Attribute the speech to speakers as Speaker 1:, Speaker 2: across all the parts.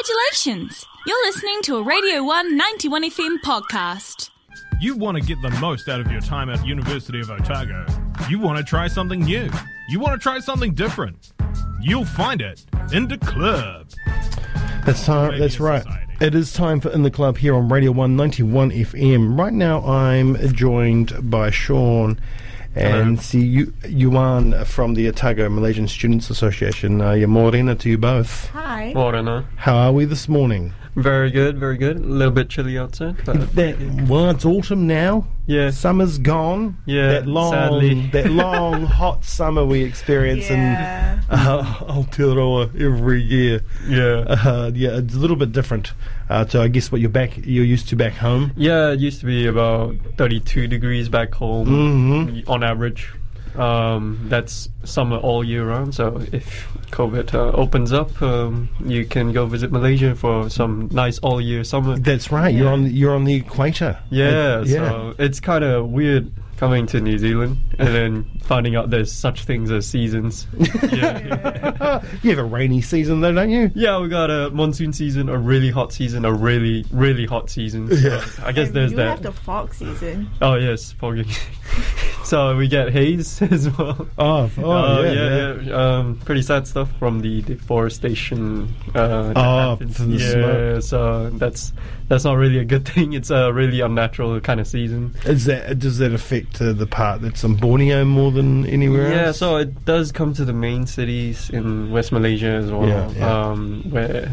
Speaker 1: Congratulations! You're listening to a Radio 1 91 FM podcast.
Speaker 2: You want to get the most out of your time at University of Otago. You want to try something new. You want to try something different. You'll find it in the club.
Speaker 3: That's time.
Speaker 2: Radio
Speaker 3: That's right.
Speaker 2: Society.
Speaker 3: It is time for In the Club here on Radio 191 FM. Right now, I'm joined by Sean and Siu- Yuan from the Otago Malaysian Students Association. Uh, yeah, morena to you both.
Speaker 4: Hi.
Speaker 5: Morena.
Speaker 3: How are we this morning?
Speaker 5: Very good, very good. A little bit chilly outside, but
Speaker 3: That, well, it's autumn now.
Speaker 5: yeah,
Speaker 3: Summer's gone.
Speaker 5: Yeah,
Speaker 3: that long,
Speaker 5: sadly.
Speaker 3: that long hot summer we experience
Speaker 4: Yeah.
Speaker 3: in uh, Aotearoa every year.
Speaker 5: yeah,
Speaker 3: Uh, yeah, it's a little bit different uh, to I guess what you're back you're used to back home.
Speaker 5: yeah. It used to be about 32 degrees back home
Speaker 3: Mm-hmm.
Speaker 5: on average. Um, that's summer all year round. So if COVID uh, opens up, um, you can go visit Malaysia for some nice all year summer.
Speaker 3: That's right. You're on you're on the equator. Uh,
Speaker 5: uh, Yeah,
Speaker 3: It-
Speaker 5: so it's kind of weird coming to New Zealand and then finding out there's such things as seasons. yeah.
Speaker 3: you have a rainy season though, don't you?
Speaker 5: Yeah, we got a monsoon season, a really hot season, a really, really hot season. So
Speaker 3: Yeah.
Speaker 5: I guess
Speaker 4: And
Speaker 5: there's
Speaker 4: Um, you
Speaker 5: that.
Speaker 4: have the fog season.
Speaker 5: Oh yes, foggy. so we get haze as well.
Speaker 3: Oh, f- oh,
Speaker 5: Uh,
Speaker 3: yeah, yeah.
Speaker 5: yeah, yeah. Um, pretty sad stuff from the deforestation. Uh, that
Speaker 3: Oh,
Speaker 5: happens.
Speaker 3: from the
Speaker 5: yeah.
Speaker 3: smoke.
Speaker 5: So that's that's not really a good thing. It's a really unnatural kind of season.
Speaker 3: Is that does that affect uh, the part that's in Borneo more than anywhere
Speaker 5: Yeah,
Speaker 3: else?
Speaker 5: so it does come to the main cities in West Malaysia as well,
Speaker 3: Yeah, yeah.
Speaker 5: Um, where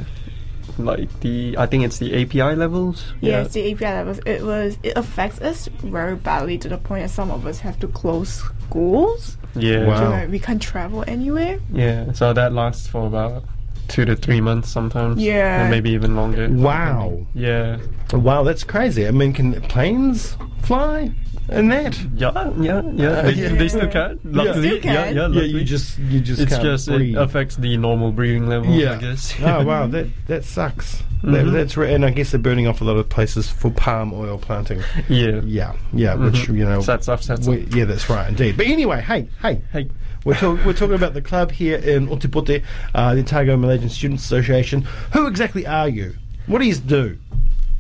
Speaker 5: like the I think it's the API levels.
Speaker 4: Yes, the API levels. It was. It affects us very badly to the point that some of us have to close schools.
Speaker 5: Yeah.
Speaker 3: Wow.
Speaker 4: So like, we can't travel anywhere.
Speaker 5: Yeah, so that lasts for about two to three months sometimes.
Speaker 4: Yeah.
Speaker 5: And maybe even longer.
Speaker 3: Wow,
Speaker 5: Yeah.
Speaker 3: wow, that's crazy. I mean, can planes fly and that?
Speaker 5: Yeah, yeah, yeah. They,
Speaker 3: Yeah.
Speaker 5: they still can. Luckily.
Speaker 4: Still can.
Speaker 5: Yeah, yeah,
Speaker 3: Yeah,
Speaker 5: luckily.
Speaker 3: you just you just
Speaker 5: it's
Speaker 3: can't
Speaker 5: just
Speaker 3: breathe.
Speaker 5: it affects the normal breathing level,
Speaker 3: yeah.
Speaker 5: I guess.
Speaker 3: oh wow, that that sucks. That,
Speaker 5: Mhm.
Speaker 3: that's right, and I guess they're burning off a lot of places for palm oil planting.
Speaker 5: yeah.
Speaker 3: Yeah, yeah, which
Speaker 5: Mhm.
Speaker 3: you know,
Speaker 5: Sad stuff, sad stuff.
Speaker 3: we, yeah, that's right indeed. But anyway, hey, hey,
Speaker 5: Hey.
Speaker 3: We're, talk- we're talking about the club here in Otipote, uh, the Otago Malaysian Students Association. Who exactly are you? What do you do?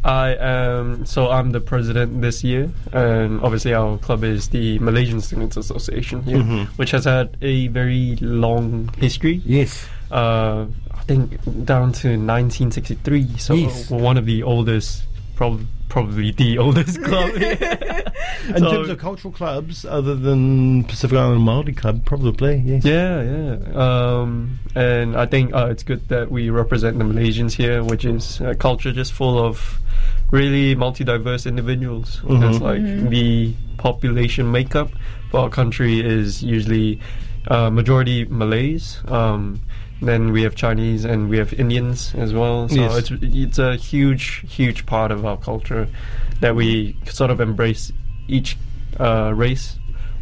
Speaker 5: I am so I'm the president this year, and obviously our club is the Malaysian Students Association here,
Speaker 3: Mm-hmm.
Speaker 5: which has had a very long history.
Speaker 3: Yes.
Speaker 5: uh, I think down to 1963. So
Speaker 3: Yes.
Speaker 5: one of the oldest, prob- probably the oldest club.
Speaker 3: In
Speaker 5: So-
Speaker 3: terms of cultural clubs, other than Pacific Island Māori Club, probably, yes.
Speaker 5: yeah, yeah. Um, and I think uh, it's good that we represent the Malaysians here, which is a culture just full of really multi-diverse individuals. That's like the population makeup for our country is usually uh, majority Malays. Um, then we have Chinese and we have Indians as well. So
Speaker 3: Yes.
Speaker 5: it's it's a huge, huge part of our culture that we sort of embrace each uh, race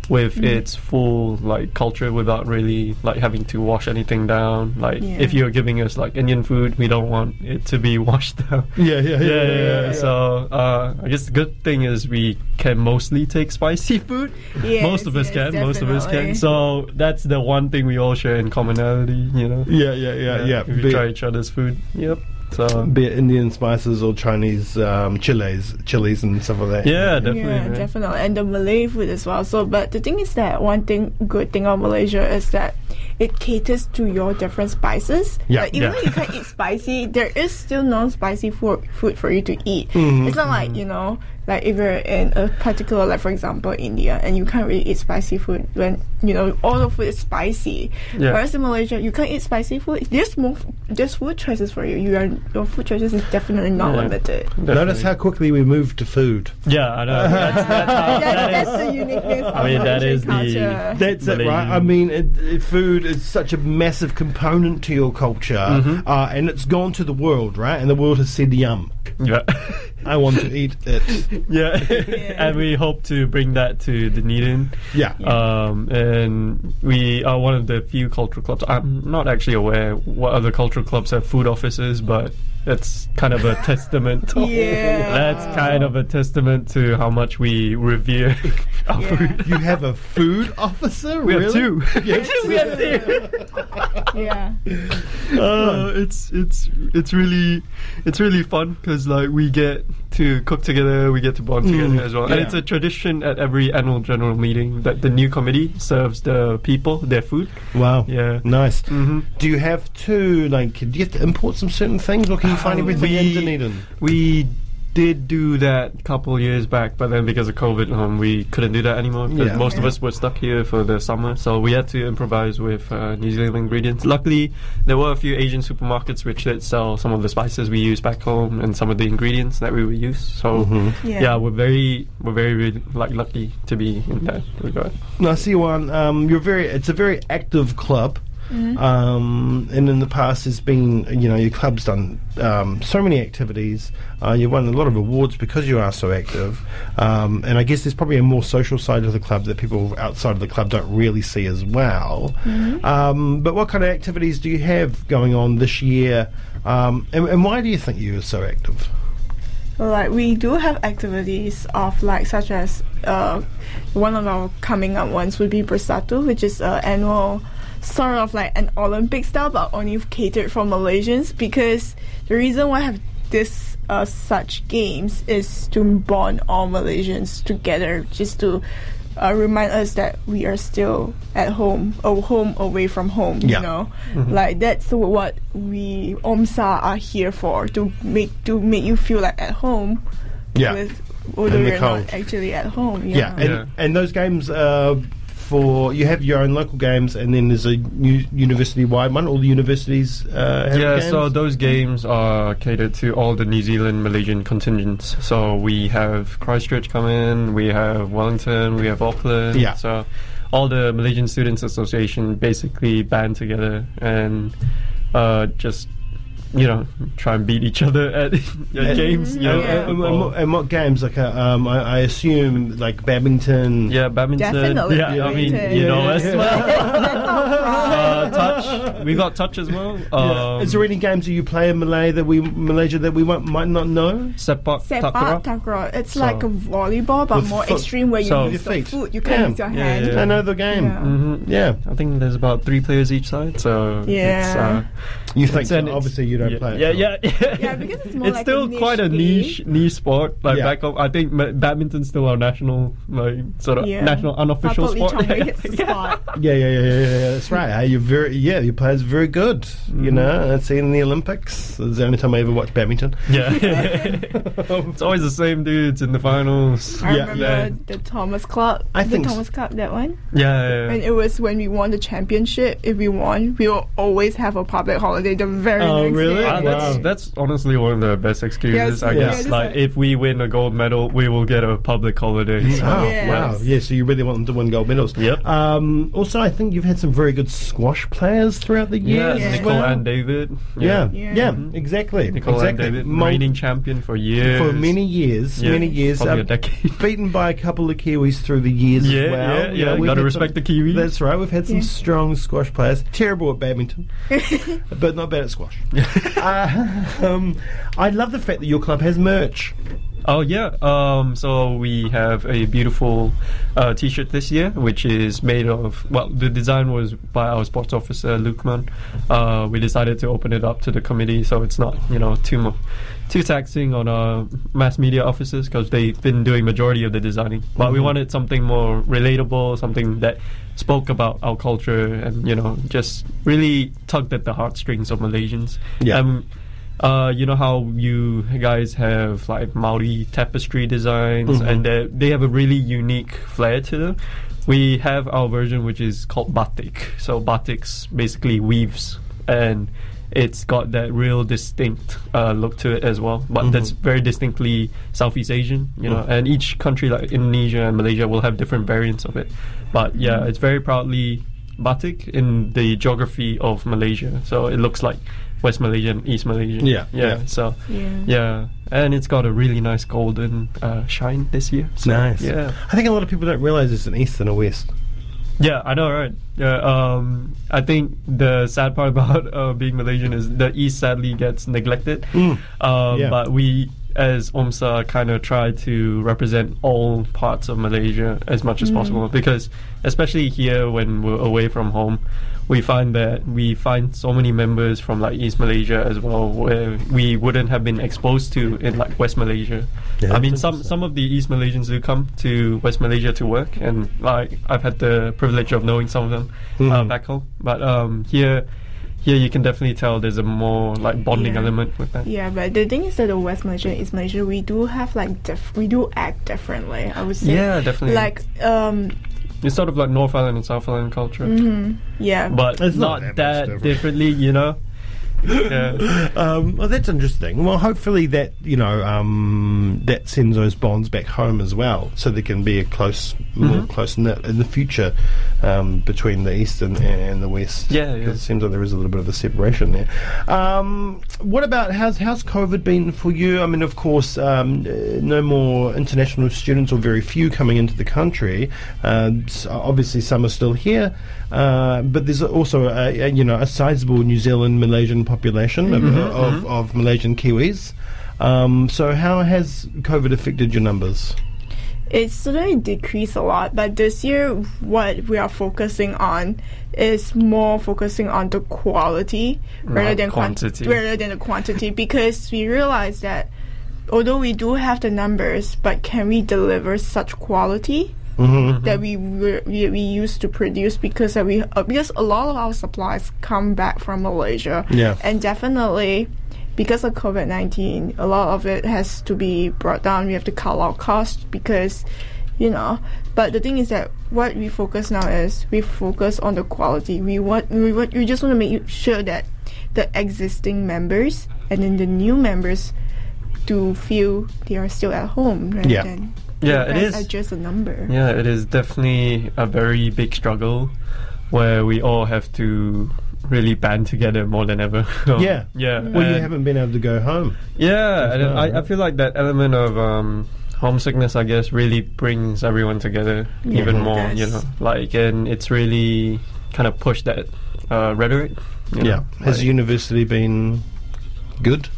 Speaker 5: with
Speaker 4: Mm-hmm.
Speaker 5: its full like culture without really like having to wash anything down. Like
Speaker 4: Yeah.
Speaker 5: if you're giving us like Indian food, we don't want it to be washed down.
Speaker 3: Yeah, yeah, yeah,
Speaker 5: Yeah, yeah,
Speaker 3: yeah, yeah.
Speaker 5: So uh, I guess the good thing is we can mostly take spicy food.
Speaker 4: Yes,
Speaker 5: most of us
Speaker 4: yes,
Speaker 5: can. Most of us
Speaker 4: definitely.
Speaker 5: can. So that's the one thing we all share in commonality. You know.
Speaker 3: Yeah, yeah, yeah, yeah.
Speaker 5: We
Speaker 3: Be-
Speaker 5: try each other's food. Yep. So
Speaker 3: be it Indian spices or Chinese um, chiles, chilies and stuff like that.
Speaker 5: yeah, definitely.
Speaker 4: Yeah,
Speaker 5: man.
Speaker 4: definitely, and the Malay food as well. So, but the thing is that one thing, good thing of Malaysia is that it caters to your different spices.
Speaker 3: Yeah,
Speaker 4: Like, even
Speaker 3: yeah.
Speaker 4: though you can't eat spicy, there is still non-spicy food food for you to eat.
Speaker 5: Mm-hmm.
Speaker 4: It's not like you know, like if you're in a particular, like for example, India, and you can't really eat spicy food when you know all the food is spicy.
Speaker 5: Yeah.
Speaker 4: Whereas in Malaysia, you can't eat spicy food. There's more, there's food choices for you. You are your food choices is definitely not
Speaker 5: Yeah.
Speaker 4: limited.
Speaker 3: Notice how quickly we moved to food.
Speaker 5: Yeah, I know. That's, that's how,
Speaker 4: Yeah,
Speaker 5: that
Speaker 4: that's
Speaker 5: is-
Speaker 4: the uniqueness of
Speaker 5: I mean, that
Speaker 4: Malaysian
Speaker 5: is the-
Speaker 4: culture.
Speaker 3: That's it, right?
Speaker 5: Malaysian.
Speaker 3: I mean, it, it, food is such a massive component to your culture,
Speaker 5: Mm-hmm.
Speaker 3: uh, and it's gone to the world, right? And the world has said, "Yum,
Speaker 5: yeah.
Speaker 3: I want to eat it."
Speaker 5: yeah. and we hope to bring that to Dunedin.
Speaker 3: Yeah,
Speaker 5: Um, and we are one of the few cultural clubs. I'm not actually aware what other cultural clubs have food offices, but that's kind of a testament.
Speaker 4: Yeah.
Speaker 5: That's kind of a testament to how much we revere our
Speaker 4: Yeah.
Speaker 5: food.
Speaker 3: You have a food officer?
Speaker 5: We have
Speaker 3: really?
Speaker 5: two.
Speaker 3: Yes.
Speaker 5: we have two.
Speaker 4: yeah.
Speaker 5: Uh, it's it's it's really it's really fun because like we get to cook together, we get to bond together as well, and
Speaker 3: yeah.
Speaker 5: it's a tradition at every annual general meeting that the new committee serves the people their food.
Speaker 3: Wow.
Speaker 5: Yeah.
Speaker 3: Nice.
Speaker 5: Mhm.
Speaker 3: Do you have to, like, do you have to import some certain things or can you find
Speaker 5: Uh,
Speaker 3: everything in
Speaker 5: we-
Speaker 3: Dunedin?
Speaker 5: We did do that a couple years back, but then because of COVID, um, we couldn't do that anymore. 'cause
Speaker 3: Yeah.
Speaker 5: most of us were stuck here for the summer, so we had to improvise with uh, New Zealand ingredients. Luckily, there were a few Asian supermarkets which did sell some of the spices we use back home and some of the ingredients that we would use. So
Speaker 4: Yeah.
Speaker 3: Mm-hmm.
Speaker 5: yeah. we're very we're very really, like lucky to be in that regard.
Speaker 3: No, I see one. Um, you're very. It's a very active club, um, and in the past, there's been you know your club's done um, so many activities. Uh, you won a lot of awards because you are so active, um, and I guess there's probably a more social side of the club that people outside of the club don't really see as well. Um, but what kind of activities do you have going on this year, um, and, and why do you think you are so active?
Speaker 4: Like we do have activities of like such as uh, one of our coming up ones would be Bersatu, which is an annual sort of like an Olympic style but only catered for Malaysians because the reason why I have this uh, such games is to bond all Malaysians together just to uh, remind us that we are still at home or home away from home
Speaker 3: Yeah.
Speaker 4: you know Mm-hmm. like that's what we omsa are here for to make to make you feel like at home
Speaker 3: Yeah.
Speaker 4: with although
Speaker 3: In the
Speaker 4: you're
Speaker 3: cold.
Speaker 4: not actually at home you
Speaker 3: Yeah,
Speaker 4: know.
Speaker 3: and,
Speaker 5: Yeah.
Speaker 3: and those games are for you have your own local games, and then there's a u- university-wide one. All the universities uh, have
Speaker 5: Yeah,
Speaker 3: games.
Speaker 5: so those games are catered to all the New Zealand Malaysian contingents. So we have Christchurch come in, we have Wellington, we have Auckland.
Speaker 3: Yeah.
Speaker 5: So all the Malaysian Students Association basically band together and uh, just you know try and beat each other at, at games. You know,
Speaker 3: And-
Speaker 5: at
Speaker 3: and, and
Speaker 5: football.
Speaker 3: what, and what games? Like, uh, um, I, I assume like badminton.
Speaker 5: Yeah, badminton.
Speaker 4: Definitely
Speaker 5: Yeah, I mean,
Speaker 4: badminton.
Speaker 5: you know
Speaker 3: Yeah,
Speaker 5: us
Speaker 3: yeah.
Speaker 5: well.
Speaker 4: That's all
Speaker 5: Uh,
Speaker 4: right.
Speaker 5: touch. We got touch as well.
Speaker 3: Yeah.
Speaker 5: Um,
Speaker 3: Is there any games that you play in Malay that we Malaysia that we might, might not know?
Speaker 5: sepak
Speaker 4: Sepak
Speaker 5: takraw?
Speaker 4: takraw. ah, It's like
Speaker 5: So-
Speaker 4: a volleyball, but
Speaker 3: With
Speaker 4: more
Speaker 3: foot.
Speaker 4: extreme where you
Speaker 5: So-
Speaker 4: use
Speaker 3: Your
Speaker 4: the
Speaker 3: feet.
Speaker 4: foot. You can't
Speaker 3: Yeah.
Speaker 4: use your
Speaker 5: Yeah,
Speaker 4: hand.
Speaker 5: yeah.
Speaker 3: I know the game.
Speaker 4: Yeah.
Speaker 5: Mhm.
Speaker 3: Yeah,
Speaker 5: I think there's about three players each side, so it's,
Speaker 4: Yeah.
Speaker 5: uh,
Speaker 3: you think
Speaker 5: it's an-
Speaker 3: so.
Speaker 5: it's-
Speaker 3: obviously you don't
Speaker 5: yeah,
Speaker 3: play. it,
Speaker 5: Yeah,
Speaker 3: so.
Speaker 5: yeah, yeah.
Speaker 4: Yeah, because it's more like a
Speaker 5: still
Speaker 4: niche
Speaker 5: quite a
Speaker 4: thing.
Speaker 5: niche niche sport. Like
Speaker 3: Yeah.
Speaker 5: back up, I think ma- badminton's still our national, like sort of
Speaker 4: Yeah.
Speaker 5: national unofficial
Speaker 4: Probably
Speaker 5: sport.
Speaker 4: Chong hits the spot.
Speaker 3: Yeah, yeah, yeah, yeah, yeah. yeah, That's right. eh? You're very, yeah, your player's very good.
Speaker 5: Mm-hmm.
Speaker 3: You know, it's in the Olympics. It's the only time I ever watched badminton.
Speaker 5: yeah, it's always the same dudes in the finals.
Speaker 4: I
Speaker 3: Yeah.
Speaker 4: remember
Speaker 5: Yeah.
Speaker 4: the Thomas Club.
Speaker 3: I
Speaker 4: the
Speaker 3: think s-
Speaker 4: Thomas Club, that one.
Speaker 5: Yeah,
Speaker 4: And
Speaker 5: yeah.
Speaker 4: it was when we won the championship. If we won, we will always have a public holiday the very
Speaker 3: Oh,
Speaker 4: next
Speaker 3: really?
Speaker 4: day.
Speaker 5: Ah, that's
Speaker 3: Wow.
Speaker 5: that's honestly one of the best excuses, I
Speaker 4: yeah,
Speaker 5: guess.
Speaker 4: just
Speaker 5: like,
Speaker 4: like-
Speaker 5: if we win a gold medal, we will get a public holiday. So,
Speaker 3: Oh,
Speaker 4: Yes.
Speaker 3: wow. Yeah, so you really want them to win gold medals.
Speaker 5: Yep.
Speaker 3: Um, also, I think you've had some very good squash players throughout the
Speaker 5: Yeah,
Speaker 3: years.
Speaker 4: Yeah.
Speaker 3: as
Speaker 5: Nicole
Speaker 3: well.
Speaker 5: and David. Mm-hmm.
Speaker 3: Yeah, yeah,
Speaker 4: Yeah.
Speaker 3: exactly.
Speaker 5: Nicole
Speaker 3: exactly.
Speaker 5: and David,
Speaker 3: Mul-
Speaker 5: reigning champion for years.
Speaker 3: for many years,
Speaker 5: Yeah,
Speaker 3: many years.
Speaker 5: Probably
Speaker 3: uh,
Speaker 5: a decade.
Speaker 3: Beaten by a couple of Kiwis through the years
Speaker 5: Yeah,
Speaker 3: as well.
Speaker 5: yeah,
Speaker 3: You know,
Speaker 5: yeah,
Speaker 3: we've
Speaker 5: gotta
Speaker 3: had
Speaker 5: respect
Speaker 3: some-
Speaker 5: the Kiwi.
Speaker 3: That's right. We've had some
Speaker 4: Yeah.
Speaker 3: strong squash players. Terrible at badminton, but not bad at squash. uh, um, I love the fact that your club has merch.
Speaker 5: Oh yeah. Um, so we have a beautiful uh, T-shirt this year, which is made of. Well, the design was by our sports officer Lukman. Uh, we decided to open it up to the committee, so it's not you know too mu too taxing on our mass media officers because they've been doing majority of the designing. But
Speaker 3: Mm-hmm.
Speaker 5: we wanted something more relatable, something that spoke about our culture and you know just really tugged at the heartstrings of Malaysians.
Speaker 3: Yeah.
Speaker 5: Um, uh, you know how you guys have like Maori tapestry designs, and they they have a really unique flair to them. We have our version, which is called batik. So batiks basically weaves, and it's got that real distinct uh, look to it as well. But that's very distinctly Southeast Asian, you know. And each country, like Indonesia and Malaysia, will have different variants of it. But yeah,
Speaker 3: Mm-hmm.
Speaker 5: it's very proudly batik in the geography of Malaysia. So it looks like West Malaysia and East Malaysia.
Speaker 3: Yeah,
Speaker 5: Yeah.
Speaker 3: yeah.
Speaker 5: So
Speaker 4: Yeah.
Speaker 5: yeah. And it's got a really nice golden uh, shine this year. So,
Speaker 3: Nice.
Speaker 5: Yeah.
Speaker 3: I think a lot of people don't realise it's an east and a west.
Speaker 5: Yeah, I know, right? Yeah, um, I think the sad part about uh, being Malaysian is the East sadly gets neglected. Um,
Speaker 3: Mm. Yeah.
Speaker 5: But we, as OMSA, kind of try to represent all parts of Malaysia as much as possible because, especially here when we're away from home, we find that we find so many members from like East Malaysia as well, where we wouldn't have been exposed to in like West Malaysia.
Speaker 3: Yeah,
Speaker 5: I mean,
Speaker 3: that's
Speaker 5: some
Speaker 3: interesting.
Speaker 5: some of the East Malaysians who come to West Malaysia to work, and like I've had the privilege of knowing some of them
Speaker 3: Mhm.
Speaker 5: uh, back home. But um, here, here you can definitely tell there's a more like bonding
Speaker 4: Yeah.
Speaker 5: element with that.
Speaker 4: Yeah, but the thing is that the West Malaysia is Malaysia. We do have like diff- we do act differently. I would say.
Speaker 5: Yeah, definitely.
Speaker 4: Like um
Speaker 5: It's sort of like North Island and South Island culture,
Speaker 4: Mm-hmm. yeah.
Speaker 5: but
Speaker 3: It's not
Speaker 5: not,
Speaker 3: that much
Speaker 5: that,
Speaker 3: different.
Speaker 5: differently, you know. Yeah.
Speaker 3: Um, well, that's interesting. Well, hopefully that you know um, that sends those bonds back home as well, so there can be a close,
Speaker 5: Mm-hmm.
Speaker 3: more close knit in the future um, between the east and, and the west.
Speaker 5: Yeah, yeah.
Speaker 3: 'Cause it seems like there is a little bit of a separation there. Um, what about how's how's COVID been for you? I mean, of course, um, uh, no more international students or very few coming into the country. Um, s obviously, some are still here, uh, but there's also a, a, you know a sizable New Zealand Malaysian population of, of, of Malaysian Kiwis. Um, so, how has COVID affected your numbers?
Speaker 4: It's certainly decreased a lot, but this year what we are focusing on is more focusing on the quality rather
Speaker 5: Not
Speaker 4: than quan-
Speaker 5: quantity.
Speaker 4: rather than the quantity because we realize that although we do have the numbers, but can we deliver such quality
Speaker 3: Mm.
Speaker 4: that we, were- we we used to produce because that we uh, because a lot of our supplies come back from Malaysia.
Speaker 3: Yeah.
Speaker 4: and definitely. Because of COVID 19, a lot of it has to be brought down. We have to cut our costs because, you know. But the thing is that what we focus now is we focus on the quality. We want, we want, we just want to make sure that the existing members and then the new members do feel they are still at home rather
Speaker 3: Yeah.
Speaker 4: than
Speaker 5: Yeah, it is.
Speaker 4: that's just a number.
Speaker 5: Yeah, it is definitely a very big struggle where we all have to really band together more than ever.
Speaker 3: Yeah.
Speaker 5: Yeah.
Speaker 3: Well, you
Speaker 5: and-
Speaker 3: haven't been able to go home.
Speaker 5: Yeah, and
Speaker 3: well,
Speaker 5: I, I
Speaker 3: right?
Speaker 5: feel like that element of um, homesickness, I guess, really brings everyone together even
Speaker 4: it
Speaker 5: more.
Speaker 4: does.
Speaker 5: You know, like, and it's really kind of pushed that uh, rhetoric. you know,
Speaker 3: Has
Speaker 5: like-
Speaker 3: university been good?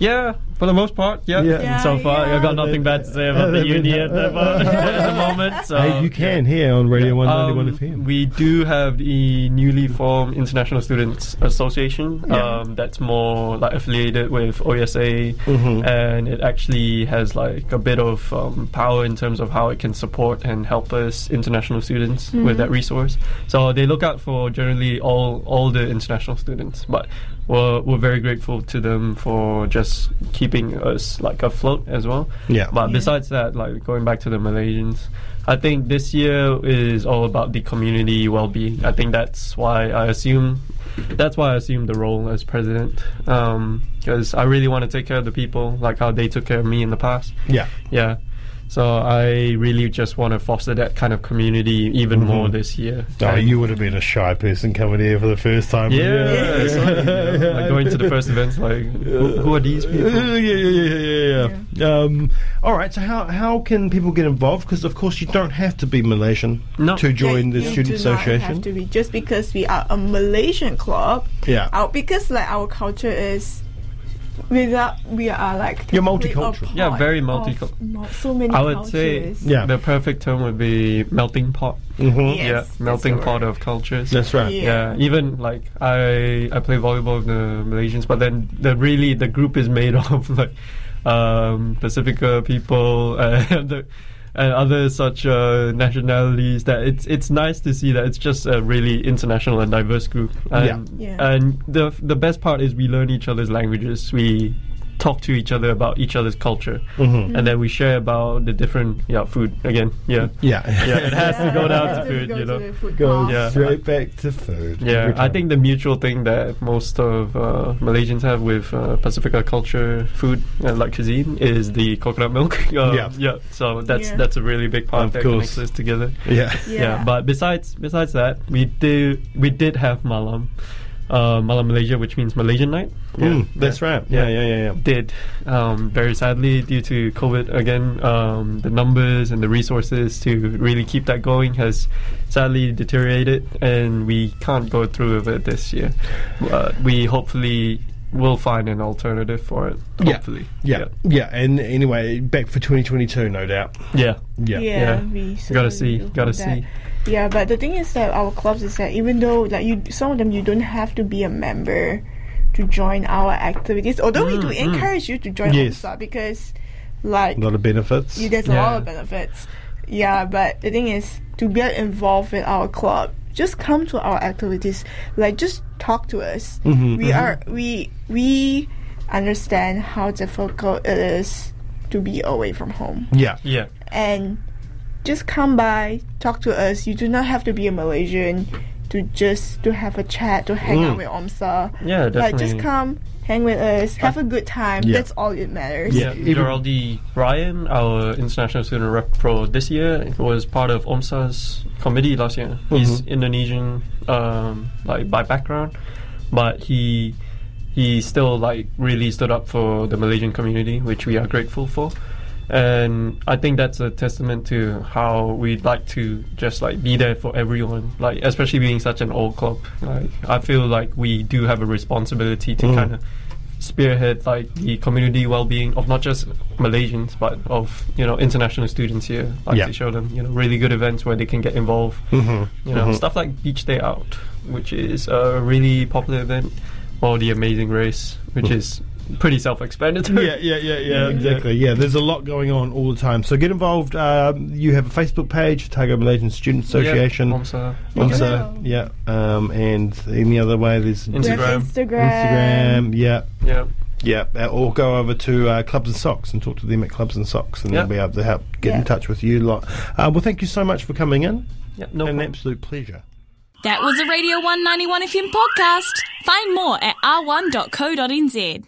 Speaker 5: yeah, for the most part, yeah.
Speaker 3: Yeah. Yeah,
Speaker 5: so far,
Speaker 4: yeah.
Speaker 5: I've got nothing bad to say about
Speaker 3: Uh,
Speaker 5: the uni at the,
Speaker 3: uh,
Speaker 5: at the moment. So
Speaker 3: hey, you can here on Radio One Ninety One
Speaker 5: Um,
Speaker 3: FM.
Speaker 5: We do have the newly formed International Students Association um, that's more like affiliated with OSA,
Speaker 3: Mhm.
Speaker 5: and it actually has like a bit of um, power in terms of how it can support and help us international students with that resource. So they look out for generally all all the international students, but. We're, we're very grateful to them for just keeping us like afloat as well.
Speaker 3: Yeah.
Speaker 5: But Uh, besides that, like going back to the Malaysians, I think this year is all about the community well-being. I think that's why I assume that's why I assumed the role as president because I really want to take care of the people, like how they took care of me in the past.
Speaker 3: yeah.
Speaker 5: Yeah. So I really just want to foster that kind of community even more this year.
Speaker 3: Oh,
Speaker 5: And-
Speaker 3: Mm-hmm. you would have been a shy person coming here for the first time.
Speaker 5: Yeah, it's like, you know, like going to the first events, like who, who are these people?
Speaker 3: Uh, Yeah, yeah, yeah, yeah, yeah. yeah. Um, all right. So how how can people get involved? Because of course you don't have to be Malaysian
Speaker 5: No.
Speaker 3: to join
Speaker 4: Like,
Speaker 3: the
Speaker 4: you
Speaker 3: student
Speaker 4: do not
Speaker 3: association.
Speaker 4: Have to be just because we are a Malaysian club.
Speaker 3: Yeah.
Speaker 4: Our, because like our culture is without we are like
Speaker 3: You're
Speaker 4: technically a
Speaker 3: multicultural.
Speaker 5: Yeah,
Speaker 4: part
Speaker 5: very
Speaker 4: of
Speaker 5: multicul-
Speaker 4: mul- So many.
Speaker 5: I would say
Speaker 4: cultures.
Speaker 3: Yeah.
Speaker 5: the perfect term would be melting pot.
Speaker 3: Mhm.
Speaker 4: Yes,
Speaker 5: yeah,
Speaker 4: that's
Speaker 5: melting
Speaker 4: the
Speaker 5: pot
Speaker 4: word.
Speaker 5: of cultures.
Speaker 3: That's right.
Speaker 4: Yeah.
Speaker 5: yeah. even like I I play volleyball with the Malaysians, but then the really the group is made of like um, Pacifica people uh, and, the, and other such uh, nationalities. That it's it's nice to see that it's just a really international and diverse group. And,
Speaker 4: Yeah.
Speaker 5: and the the best part is we learn each other's languages. We talk to each other about each other's culture,
Speaker 3: Mhm.
Speaker 5: and then we share about the different yeah food again. Yeah,
Speaker 3: Yeah.
Speaker 5: yeah, it has to
Speaker 4: Yeah,
Speaker 5: go
Speaker 4: it
Speaker 5: down
Speaker 4: has
Speaker 5: to
Speaker 4: be
Speaker 5: food,
Speaker 4: go
Speaker 5: you
Speaker 4: to
Speaker 5: know.
Speaker 4: the food
Speaker 3: Go
Speaker 4: path.
Speaker 5: Yeah.
Speaker 3: straight back to food.
Speaker 5: Yeah,
Speaker 3: every
Speaker 5: I
Speaker 3: time.
Speaker 5: think the mutual thing that most of uh, Malaysians have with uh, Pacifica culture, food, and like cuisine is the coconut milk. Uh,
Speaker 3: Yeah.
Speaker 5: So that's
Speaker 4: Yeah.
Speaker 5: that's a really big part
Speaker 3: Of
Speaker 5: that
Speaker 3: course.
Speaker 5: connects us together.
Speaker 3: Yeah.
Speaker 5: Yeah. But besides besides that, we do we did have malam, uh, Malam Malaysia, which means Malaysian night.
Speaker 3: Mm, that's right. Yeah, yeah, yeah, yeah.
Speaker 5: Did um, very sadly due to COVID again. Um, the numbers and the resources to really keep that going has sadly deteriorated, and we can't go through with it this year. Uh, we hopefully will find an alternative for it.
Speaker 3: Yeah.
Speaker 5: Hopefully,
Speaker 3: Yeah, yeah, and anyway, back for 2022, no doubt.
Speaker 5: yeah.
Speaker 3: Yeah, yeah,
Speaker 5: Yeah.
Speaker 4: yeah, we
Speaker 5: Gotta
Speaker 4: certainly
Speaker 5: see,
Speaker 4: will
Speaker 5: gotta
Speaker 4: do that.
Speaker 5: see.
Speaker 4: Yeah, but the thing is that our clubs is that even though like you, some of them you don't have to be a member to join our activities. Although
Speaker 5: Mm,
Speaker 4: we do encourage you to join
Speaker 3: Yes.
Speaker 4: OMSA because, like,
Speaker 3: a lot of benefits.
Speaker 4: you, there's a
Speaker 5: Yeah.
Speaker 4: lot of benefits. Yeah, but the thing is to get involved with our club. Just come to our activities. Like, just talk to us.
Speaker 5: Mm-hmm,
Speaker 4: we are we we understand how difficult it is to be away from home
Speaker 3: yeah,
Speaker 5: Yeah.
Speaker 4: and just come by, talk to us. You do not have to be a Malaysian to just to have a chat, to hang out with Omsa.
Speaker 5: Mm. Yeah,
Speaker 4: Like just
Speaker 5: definitely. Uh,
Speaker 4: come, hang with us, have a good time.
Speaker 3: Yeah.
Speaker 4: That's all it matters.
Speaker 5: Yeah,
Speaker 3: Even-
Speaker 5: Geraldi Ryan, our international student rep pro this year, was part of OMSA's committee last year. He's Indonesian, um, like by background, but he he still like really stood up for the Malaysian community, which we are grateful for. And I think that's a testament to how we'd like to just like be there for everyone, like especially being such an old club. Like I feel like we do have a responsibility to kind of spearhead like the community well-being of not just Malaysians but of you know international students here. Like
Speaker 3: Yeah.
Speaker 5: to show them you know really good events where they can get involved.
Speaker 3: Mm-hmm.
Speaker 5: You know stuff like Beach Day Out, which is a really popular event, or the Amazing Race, which is pretty self-explanatory.
Speaker 3: Mm-hmm. yeah, yeah, yeah, yeah, exactly. Yeah, there's a lot going on all the time. So get involved. Um, you have a Facebook page, Otago Malaysian Student Association.
Speaker 5: Yeah, OMSA.
Speaker 3: Also, yeah, um, and any other way, there's
Speaker 4: We have
Speaker 5: Instagram.
Speaker 4: Instagram.
Speaker 3: Instagram. Yeah,
Speaker 5: Yeah.
Speaker 3: yeah, uh, or go over to uh, Clubs and Socks and talk to them at Clubs and Socks, and
Speaker 5: Yeah.
Speaker 3: they'll be able to help get in
Speaker 4: Yeah.
Speaker 3: touch with you lot. Uh, well, thank you so much for coming in.
Speaker 5: Yeah. No.
Speaker 3: An
Speaker 5: problem.
Speaker 3: absolute pleasure.
Speaker 1: That was a Radio 191 FM podcast. Find more at r1.co.nz.